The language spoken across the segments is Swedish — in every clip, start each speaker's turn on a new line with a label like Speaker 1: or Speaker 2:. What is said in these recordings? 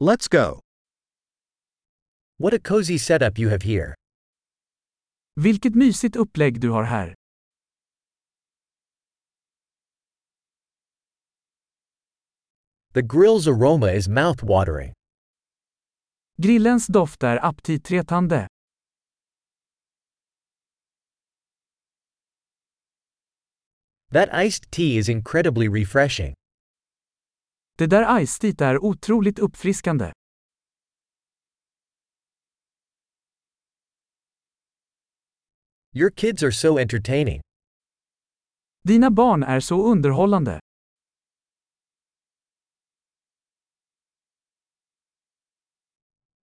Speaker 1: Let's go.
Speaker 2: What a cozy setup you have here.
Speaker 3: Vilket mysigt upplägg du har här.
Speaker 2: The grill's aroma is mouth-watering.
Speaker 3: Grillens doft är aptitretande.
Speaker 2: That iced tea is incredibly refreshing.
Speaker 3: Det där iceteet är otroligt uppfriskande.
Speaker 2: Your kids are so entertaining.
Speaker 3: Dina barn är så underhållande.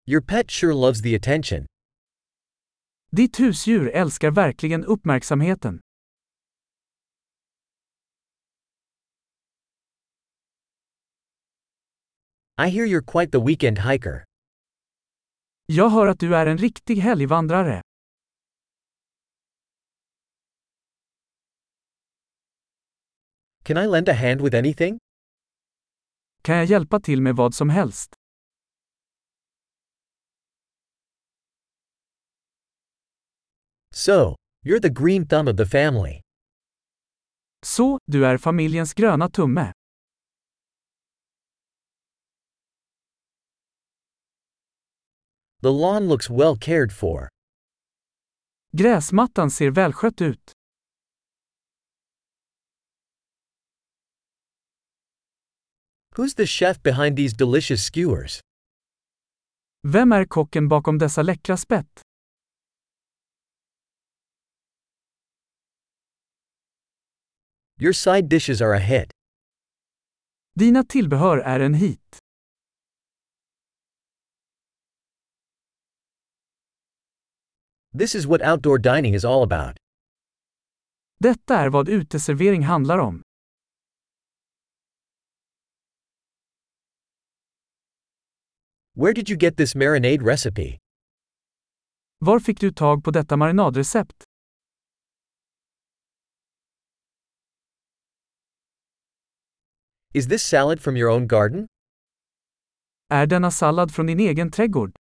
Speaker 2: Your pet sure loves the attention.
Speaker 3: Ditt husdjur älskar verkligen uppmärksamheten.
Speaker 2: I hear you're quite the weekend hiker.
Speaker 3: Jag hör att du är en riktig helgvandrare.
Speaker 2: Can I lend a hand with anything?
Speaker 3: Kan jag hjälpa till med vad som helst?
Speaker 2: So, you're the green thumb of the family.
Speaker 3: Så, du är familjens gröna tumme.
Speaker 2: The lawn looks well cared for.
Speaker 3: Gräsmattan ser välskött ut.
Speaker 2: Who's the chef behind these delicious skewers?
Speaker 3: Vem är kocken bakom dessa läckra spett?
Speaker 2: Your side dishes are a hit.
Speaker 3: Dina tillbehör är en hit.
Speaker 2: This is what outdoor dining is all about.
Speaker 3: Detta är vad uteservering handlar om.
Speaker 2: Where did you get this marinade recipe?
Speaker 3: Var fick du tag på detta marinadrecept?
Speaker 2: Is this salad from your own garden?
Speaker 3: Är denna sallad från din egen trädgård?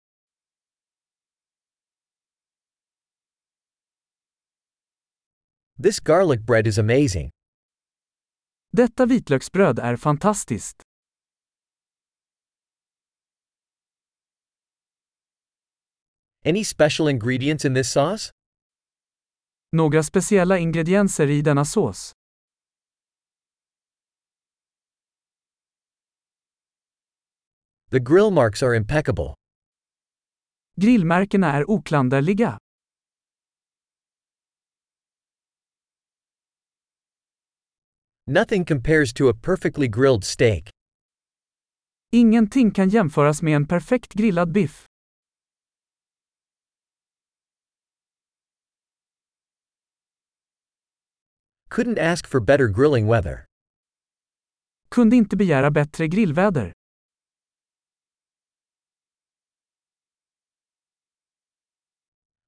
Speaker 2: This garlic bread is amazing.
Speaker 3: Detta vitlöksbröd är fantastiskt.
Speaker 2: Any special ingredients in this sauce?
Speaker 3: Några speciella ingredienser i denna sås.
Speaker 2: The grill marks are impeccable.
Speaker 3: Grillmärkena är oklanderliga.
Speaker 2: Nothing compares to a perfectly grilled steak.
Speaker 3: Ingenting kan jämföras med en perfekt grillad biff.
Speaker 2: Couldn't ask for better grilling weather.
Speaker 3: Kunde inte begära bättre grillväder.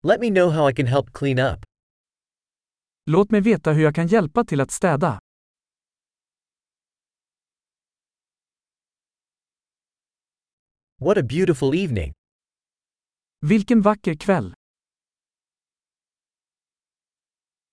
Speaker 2: Let me know how I can help clean up.
Speaker 3: Låt mig veta hur jag kan hjälpa till att städa.
Speaker 2: What a beautiful evening!
Speaker 3: Vilken vacker kväll!